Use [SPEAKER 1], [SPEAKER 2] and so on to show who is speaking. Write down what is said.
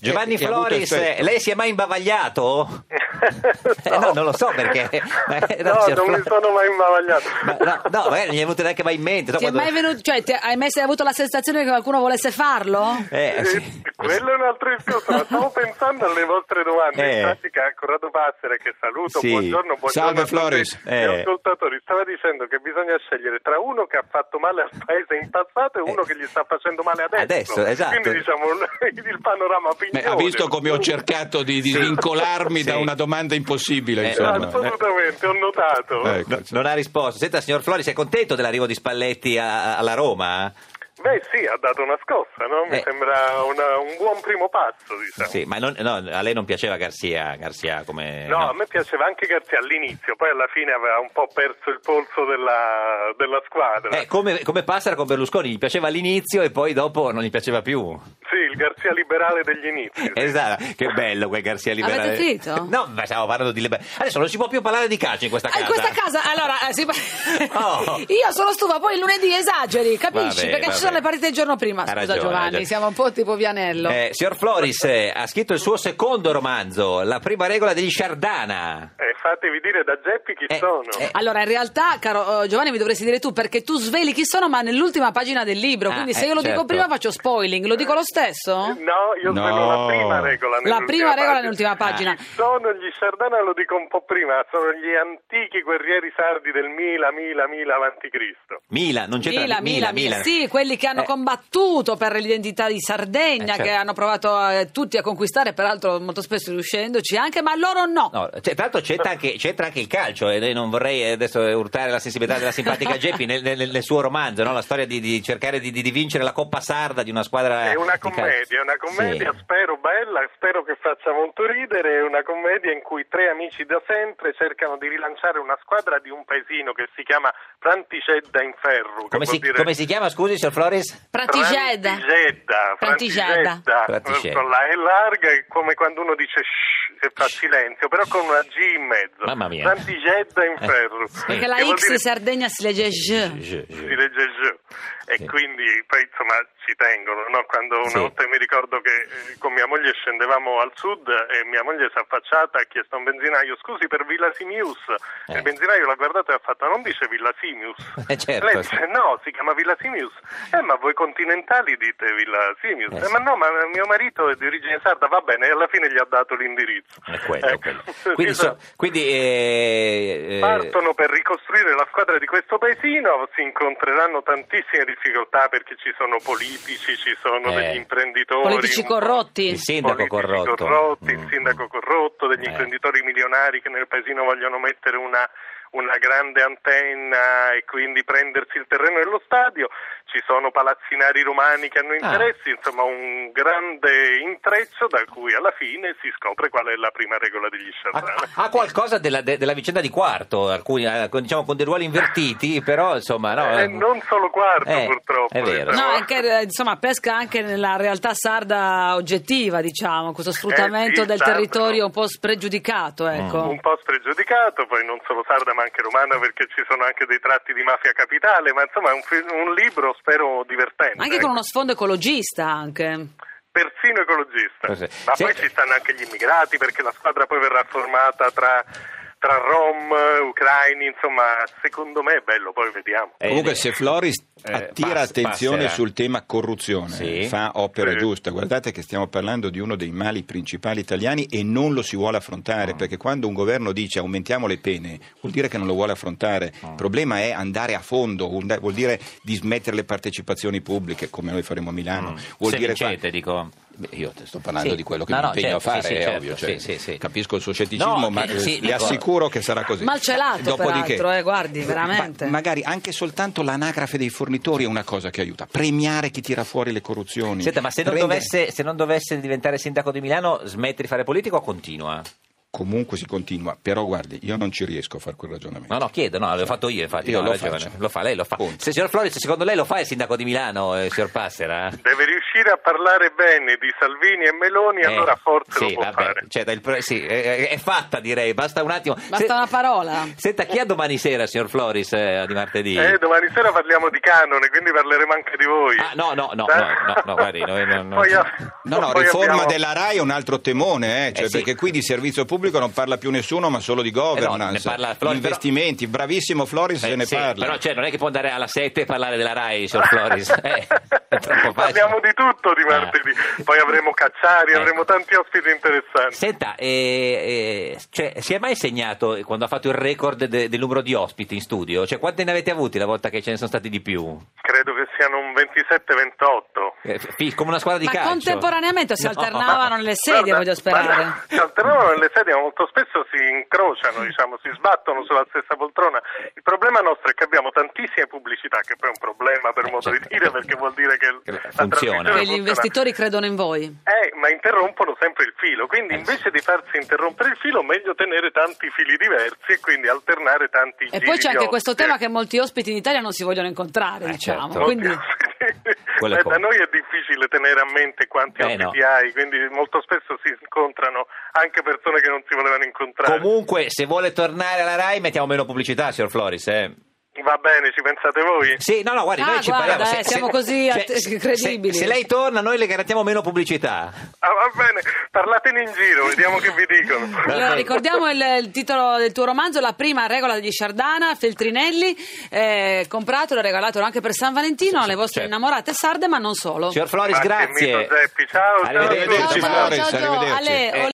[SPEAKER 1] Giovanni
[SPEAKER 2] Eh, e ha avuto
[SPEAKER 1] Floris,
[SPEAKER 2] effetto.
[SPEAKER 1] lei si è mai imbavagliato? Eh, no. non lo so perché. Eh,
[SPEAKER 3] No,
[SPEAKER 1] signor
[SPEAKER 3] non mi
[SPEAKER 1] Floris.
[SPEAKER 3] sono mai imbavagliato.
[SPEAKER 1] Ma no, no, magari non gli è venuto neanche mai in mente. no,
[SPEAKER 4] Ti è
[SPEAKER 1] quando-
[SPEAKER 4] mai venuto, cioè, ti- hai mai hai avuto la sensazione che qualcuno volesse farlo?
[SPEAKER 1] Eh,
[SPEAKER 3] Eh,
[SPEAKER 1] sì.
[SPEAKER 3] quello è un altro discorso, ma stavo pensando alle vostre domande.
[SPEAKER 1] Eh.
[SPEAKER 3] In pratica, Corrado Passera, che saluto,
[SPEAKER 2] Sì.
[SPEAKER 3] buongiorno, buongiorno
[SPEAKER 2] Salve,
[SPEAKER 3] a tutti
[SPEAKER 2] Floris.
[SPEAKER 3] gli
[SPEAKER 1] Eh.
[SPEAKER 3] ascoltatori, stava dicendo che bisogna scegliere tra uno che ha fatto male al paese in passato e uno
[SPEAKER 1] Eh.
[SPEAKER 3] che gli sta facendo male adesso.
[SPEAKER 1] Adesso, esatto.
[SPEAKER 3] Quindi diciamo il, il panorama
[SPEAKER 2] Beh,
[SPEAKER 3] pignone.
[SPEAKER 2] ha visto come ho cercato di di vincolarmi
[SPEAKER 1] Sì.
[SPEAKER 2] da una domanda impossibile,
[SPEAKER 1] Eh,
[SPEAKER 2] insomma.
[SPEAKER 3] Assolutamente, ho notato.
[SPEAKER 2] Eh.
[SPEAKER 1] No, non ha risposto. Senta, signor Floris, è contento dell'arrivo di Spalletti a- alla Roma?
[SPEAKER 3] Beh sì, ha dato una scossa, no? Mi
[SPEAKER 1] Eh.
[SPEAKER 3] sembra una- un buon primo passo, diciamo.
[SPEAKER 1] Sì, ma non- no, a lei non piaceva Garzia, Garzia come...
[SPEAKER 4] Eh,
[SPEAKER 3] No, a me piaceva anche Garzia all'inizio, poi alla fine aveva un po' perso il polso della, della squadra.
[SPEAKER 4] Ecco.
[SPEAKER 1] Eh, come, come Passera con Berlusconi, gli piaceva all'inizio e poi dopo non gli piaceva più.
[SPEAKER 3] Sì, il Garzia liberale degli inizi. Eh, sì.
[SPEAKER 1] Esatto, che bello quel Garzia liberale.
[SPEAKER 4] Avete finito?
[SPEAKER 1] No, ma stiamo parlando di liberale. Adesso non si può più parlare di calcio in questa
[SPEAKER 4] Ah,
[SPEAKER 1] casa.
[SPEAKER 4] in questa casa, allora, eh, si-
[SPEAKER 1] Oh.
[SPEAKER 4] io sono stufa, poi il lunedì esageri, capisci?
[SPEAKER 1] Vabbè,
[SPEAKER 4] Perché
[SPEAKER 1] vabbè.
[SPEAKER 4] ci sono le partite il giorno prima.
[SPEAKER 1] Ha
[SPEAKER 4] Scusa
[SPEAKER 1] ragione, ha
[SPEAKER 4] Giovanni,
[SPEAKER 1] ragione.
[SPEAKER 4] siamo un po' tipo Vianello.
[SPEAKER 1] Eh, signor Floris eh, ha scritto il suo secondo romanzo, La prima regola degli Sciardana.
[SPEAKER 3] Eh, fatevi dire da Geppi chi
[SPEAKER 1] Eh,
[SPEAKER 3] sono.
[SPEAKER 1] eh.
[SPEAKER 4] Allora, in realtà, caro eh, Giovanni, mi dovresti dire tu perché tu sveli chi sono, ma nell'ultima pagina del libro.
[SPEAKER 1] Ah,
[SPEAKER 4] Quindi,
[SPEAKER 1] eh,
[SPEAKER 4] se io lo
[SPEAKER 1] certo.
[SPEAKER 4] dico prima, faccio spoiling. Lo dico lo stesso?
[SPEAKER 3] No, io
[SPEAKER 2] No.
[SPEAKER 3] sono la prima regola.
[SPEAKER 4] La
[SPEAKER 3] nell'ultima
[SPEAKER 4] prima regola
[SPEAKER 3] pagina.
[SPEAKER 4] nell'ultima pagina.
[SPEAKER 3] Chi Sono gli Sardana, lo dico un po' prima, sono gli antichi guerrieri sardi del 1000, 1000, 1000 avanti Cristo.
[SPEAKER 1] Mila, non c'entra
[SPEAKER 4] Mila, Mila, Mila,
[SPEAKER 1] Mila.
[SPEAKER 4] sì, quelli che hanno
[SPEAKER 1] Eh.
[SPEAKER 4] combattuto per l'identità di Sardegna,
[SPEAKER 1] Eh, certo.
[SPEAKER 4] che hanno provato eh, tutti a conquistare, peraltro molto spesso riuscendoci anche, ma loro no.
[SPEAKER 1] No, cioè, tra l'altro c'entra anche, c'entra anche il calcio e lei non vorrei eh, adesso eh, urtare la sensibilità della simpatica Geppi nel, nel- nel suo romanzo, no? la storia di, di cercare di, di- di vincere la Coppa Sarda di una squadra
[SPEAKER 3] È una
[SPEAKER 1] Eh, di calcio.
[SPEAKER 3] commedia, è una commedia,
[SPEAKER 1] Sì.
[SPEAKER 3] spero bella, spero che faccia molto ridere, è una commedia in cui tre amici da sempre cercano di rilanciare una squadra di un paesino che si chiama Pranticedda in Ferro. che
[SPEAKER 1] Come,
[SPEAKER 3] vuol
[SPEAKER 1] si,
[SPEAKER 3] dire
[SPEAKER 1] come si chiama, scusi, signor Flores?
[SPEAKER 4] Pratigedda.
[SPEAKER 3] Prantigedda,
[SPEAKER 4] Prantigedda.
[SPEAKER 1] Prantigedda.
[SPEAKER 3] Prantigedda. Con la E larga è come quando uno dice shh e fa silenzio, però con una G in mezzo.
[SPEAKER 1] Mamma mia.
[SPEAKER 3] Prantigedda in
[SPEAKER 1] Eh,
[SPEAKER 3] ferro.
[SPEAKER 1] sì.
[SPEAKER 4] Perché
[SPEAKER 3] Che
[SPEAKER 4] la
[SPEAKER 3] vuol
[SPEAKER 4] X
[SPEAKER 3] dire-
[SPEAKER 4] in Sardegna si legge J.
[SPEAKER 1] Je- je-
[SPEAKER 3] si legge je. e
[SPEAKER 1] Sì.
[SPEAKER 3] quindi poi insomma ci tengono no? quando una
[SPEAKER 1] Sì.
[SPEAKER 3] volta mi ricordo che eh, con mia moglie scendevamo al sud e mia moglie si è affacciata ha chiesto a un benzinaio scusi per Villa Simius
[SPEAKER 1] Eh.
[SPEAKER 3] il benzinaio l'ha guardato e ha fatto non dice Villa Simius
[SPEAKER 1] Eh, certo.
[SPEAKER 3] lei dice no si chiama Villa Simius eh ma voi continentali dite Villa Simius
[SPEAKER 1] Eh,
[SPEAKER 3] "Eh,
[SPEAKER 1] sì.
[SPEAKER 3] ma no ma mio marito è di origine sarda va bene e alla fine gli ha dato l'indirizzo
[SPEAKER 1] È quello, è
[SPEAKER 3] Ecco.
[SPEAKER 1] quello.
[SPEAKER 3] Sì,
[SPEAKER 1] Quindi, so-
[SPEAKER 3] so-
[SPEAKER 1] quindi, eh, eh,
[SPEAKER 3] Partono per ricostruire la squadra di questo paesino, si incontreranno tantissime difficoltà perché ci sono politici, ci sono
[SPEAKER 1] Eh.
[SPEAKER 3] degli imprenditori.
[SPEAKER 4] Politici
[SPEAKER 3] un po'
[SPEAKER 4] corrotti.
[SPEAKER 1] il sindaco
[SPEAKER 3] politici
[SPEAKER 1] corrotto.
[SPEAKER 3] corrotti, il
[SPEAKER 1] Mm.
[SPEAKER 3] sindaco corrotto, degli
[SPEAKER 1] Eh.
[SPEAKER 3] imprenditori milionari che nel paesino vogliono mettere una, una grande antenna e quindi prendersi il terreno dello stadio, ci sono palazzinari romani che
[SPEAKER 1] Ah.
[SPEAKER 3] hanno interessi, insomma un grande intreccio da cui alla fine si scopre qual è la prima regola degli sciarrani.
[SPEAKER 1] Ha, ha qualcosa della, de- della vicenda di quarto, alcuni, eh, con- diciamo con dei ruoli invertiti, però insomma... No,
[SPEAKER 3] Ah. Eh, non solo quarto,
[SPEAKER 1] Eh,
[SPEAKER 3] purtroppo.
[SPEAKER 1] È vero.
[SPEAKER 3] Però-
[SPEAKER 4] No, anche, eh, insomma, pesca anche nella realtà sarda oggettiva, diciamo, questo sfruttamento
[SPEAKER 3] Eh, sì, certo.
[SPEAKER 4] del
[SPEAKER 3] sardo.
[SPEAKER 4] territorio un po' spregiudicato, ecco.
[SPEAKER 3] un po' spregiudicato, poi non solo sarda ma anche romana perché ci sono anche dei tratti di mafia capitale, ma insomma è un, film- un libro spero divertente.
[SPEAKER 4] Anche
[SPEAKER 3] ecco.
[SPEAKER 4] con uno sfondo ecologista, anche.
[SPEAKER 3] Persino ecologista.
[SPEAKER 1] Così.
[SPEAKER 3] Ma
[SPEAKER 1] Sì.
[SPEAKER 3] poi ci stanno anche gli immigrati perché la squadra poi verrà formata tra, tra rom, ucraini, insomma secondo me è bello, poi vediamo.
[SPEAKER 1] Eh,
[SPEAKER 2] Comunque,
[SPEAKER 1] eh,
[SPEAKER 2] se Floris
[SPEAKER 1] eh,
[SPEAKER 2] attira
[SPEAKER 1] pass-
[SPEAKER 2] attenzione
[SPEAKER 1] passerà.
[SPEAKER 2] sul tema corruzione,
[SPEAKER 1] Sì.
[SPEAKER 2] fa opera
[SPEAKER 3] Sì.
[SPEAKER 2] giusta. Guardate che stiamo parlando di uno dei mali principali italiani e non lo si vuole
[SPEAKER 1] Mm.
[SPEAKER 2] affrontare, perché quando un governo dice aumentiamo le pene, vuol dire che non lo vuole affrontare.
[SPEAKER 1] Mm.
[SPEAKER 2] Il problema è andare a fondo, vuol vuol dire dismettere le partecipazioni pubbliche, come noi faremo a Milano. Vuol
[SPEAKER 1] mm, se
[SPEAKER 2] dire qua-
[SPEAKER 1] vincete, dico...
[SPEAKER 2] Beh, Io te sto parlando
[SPEAKER 1] Sì.
[SPEAKER 2] di quello che
[SPEAKER 1] No,
[SPEAKER 2] mi
[SPEAKER 1] no,
[SPEAKER 2] impegno
[SPEAKER 1] certo,
[SPEAKER 2] a fare,
[SPEAKER 1] sì, sì,
[SPEAKER 2] è
[SPEAKER 1] certo,
[SPEAKER 2] ovvio.
[SPEAKER 1] sì,
[SPEAKER 2] cioè,
[SPEAKER 1] sì, sì.
[SPEAKER 2] Capisco il suo scetticismo,
[SPEAKER 1] No,
[SPEAKER 2] ma
[SPEAKER 1] eh,
[SPEAKER 2] eh,
[SPEAKER 1] sì,
[SPEAKER 2] le
[SPEAKER 1] dico-
[SPEAKER 2] assicuro che sarà così.
[SPEAKER 4] Malcelato,
[SPEAKER 2] Dopodiché,
[SPEAKER 4] peraltro, eh, guardi, veramente.
[SPEAKER 2] ma- magari anche soltanto l'anagrafe dei fornitori è una cosa che aiuta. Premiare chi tira fuori le corruzioni.
[SPEAKER 1] Senta, ma se non,
[SPEAKER 2] Prendere-
[SPEAKER 1] dovesse, se non dovesse diventare sindaco di Milano, smette di fare politica o continua?
[SPEAKER 2] Comunque si continua, però guardi, io non ci riesco a fare quel ragionamento.
[SPEAKER 1] No, no, chiedo, no, l'ho fatto io, infatti.
[SPEAKER 2] Io
[SPEAKER 1] no,
[SPEAKER 2] lo
[SPEAKER 1] ha ragione.
[SPEAKER 2] faccio.
[SPEAKER 1] Lo fa, lei lo fa.
[SPEAKER 2] Punto.
[SPEAKER 1] Se, signor Floris, secondo lei lo fa il sindaco di Milano, eh, signor Passera?
[SPEAKER 3] Deve riuscire riuscire a parlare bene di Salvini e Meloni,
[SPEAKER 1] Eh,
[SPEAKER 3] allora forse
[SPEAKER 1] sì,
[SPEAKER 3] lo può
[SPEAKER 1] vabbè,
[SPEAKER 3] fare.
[SPEAKER 1] cioè, dal pre- sì, è, è fatta direi, basta un attimo.
[SPEAKER 4] Basta una parola.
[SPEAKER 1] Senta, chi è domani sera, signor Floris, eh, di martedì?
[SPEAKER 3] Eh, domani sera parliamo di canone, quindi parleremo anche di voi.
[SPEAKER 1] Ah, no, no, no, no, no, no, guardi, noi non- non-
[SPEAKER 3] Poi a-
[SPEAKER 2] No, no,
[SPEAKER 3] poi
[SPEAKER 2] riforma
[SPEAKER 3] abbiamo-
[SPEAKER 2] della RAI è un altro temone, eh, cioè,
[SPEAKER 1] Eh, sì. Eh,
[SPEAKER 2] perché qui di servizio pubblico non parla più nessuno, ma solo di governance,
[SPEAKER 1] ne parla Floris, però-
[SPEAKER 2] investimenti, bravissimo Floris
[SPEAKER 1] Eh,
[SPEAKER 2] se ne
[SPEAKER 1] sì,
[SPEAKER 2] parla.
[SPEAKER 1] Però cioè, non è che può andare alla 7 e parlare della Rai, signor Floris. Eh, è troppo facile.
[SPEAKER 3] Parliamo di tutto di
[SPEAKER 1] Ah.
[SPEAKER 3] martedì, poi avremo Cacciari,
[SPEAKER 1] Ecco.
[SPEAKER 3] avremo tanti ospiti interessanti.
[SPEAKER 1] Senta, eh, eh, cioè, si è mai segnato eh, quando ha fatto il record de- del numero di ospiti in studio? Cioè, quanti ne avete avuti la volta che ce ne sono stati di più?
[SPEAKER 3] Credo che siano un 27-28.
[SPEAKER 1] Eh, fi- come una squadra di
[SPEAKER 4] Ma
[SPEAKER 1] calcio.
[SPEAKER 4] contemporaneamente si
[SPEAKER 1] No.
[SPEAKER 4] alternavano le sedie,
[SPEAKER 3] Guarda,
[SPEAKER 4] voglio sperare.
[SPEAKER 3] ma Si alternano nelle sedie, ma molto spesso si incrociano, diciamo, si sbattono sulla stessa poltrona. Il problema nostro è che abbiamo tantissime pubblicità, che poi è un problema per
[SPEAKER 1] Eh,
[SPEAKER 3] modo
[SPEAKER 1] certo.
[SPEAKER 3] di dire, perché vuol dire che
[SPEAKER 1] Che
[SPEAKER 3] la
[SPEAKER 1] funziona.
[SPEAKER 3] trasmissione
[SPEAKER 1] Che
[SPEAKER 4] E
[SPEAKER 3] funziona.
[SPEAKER 4] gli investitori credono in voi.
[SPEAKER 3] Eh, ma interrompono sempre il filo, quindi
[SPEAKER 1] Eh,
[SPEAKER 3] invece di farsi interrompere il filo, meglio tenere tanti fili diversi e quindi alternare tanti
[SPEAKER 4] E
[SPEAKER 3] giri
[SPEAKER 4] poi c'è
[SPEAKER 3] di
[SPEAKER 4] anche questo
[SPEAKER 3] ospiti.
[SPEAKER 4] tema che molti ospiti in Italia non si vogliono incontrare,
[SPEAKER 1] Eh,
[SPEAKER 4] diciamo.
[SPEAKER 1] certo.
[SPEAKER 4] Quindi
[SPEAKER 1] Quello è
[SPEAKER 3] Beh,
[SPEAKER 1] poco.
[SPEAKER 3] Eh, da noi è difficile tenere a mente quanti
[SPEAKER 1] Eh, no.
[SPEAKER 3] ospiti hai, quindi molto spesso si incontrano anche persone che non si volevano incontrare.
[SPEAKER 1] Comunque, se vuole tornare alla Rai, mettiamo meno pubblicità, signor Floris. eh.
[SPEAKER 3] Va bene, ci pensate voi?
[SPEAKER 1] Sì, no, no, guardi,
[SPEAKER 4] Ah,
[SPEAKER 1] noi ci
[SPEAKER 4] guarda,
[SPEAKER 1] parliamo.
[SPEAKER 4] eh, siamo così att- credibili.
[SPEAKER 1] Se, se lei torna, noi le garantiamo meno pubblicità.
[SPEAKER 3] Ah, va bene, parlatene in giro, vediamo che vi dicono.
[SPEAKER 4] allora, ricordiamo il, il titolo del tuo romanzo, La prima regola degli Sciardana, Feltrinelli, eh, compratelo e regalatelo anche per San Valentino alle vostre
[SPEAKER 1] certo.
[SPEAKER 4] innamorate sarde, ma non solo.
[SPEAKER 1] Signor Floris,
[SPEAKER 3] Grazie,
[SPEAKER 1] grazie.
[SPEAKER 3] Mito Zeppi, ciao, ciao a tutti.
[SPEAKER 2] Arrivederci,
[SPEAKER 4] Ciao, ciao,
[SPEAKER 2] Floris,
[SPEAKER 4] Giorgio,
[SPEAKER 2] arrivederci.
[SPEAKER 4] Ale,
[SPEAKER 1] Eh,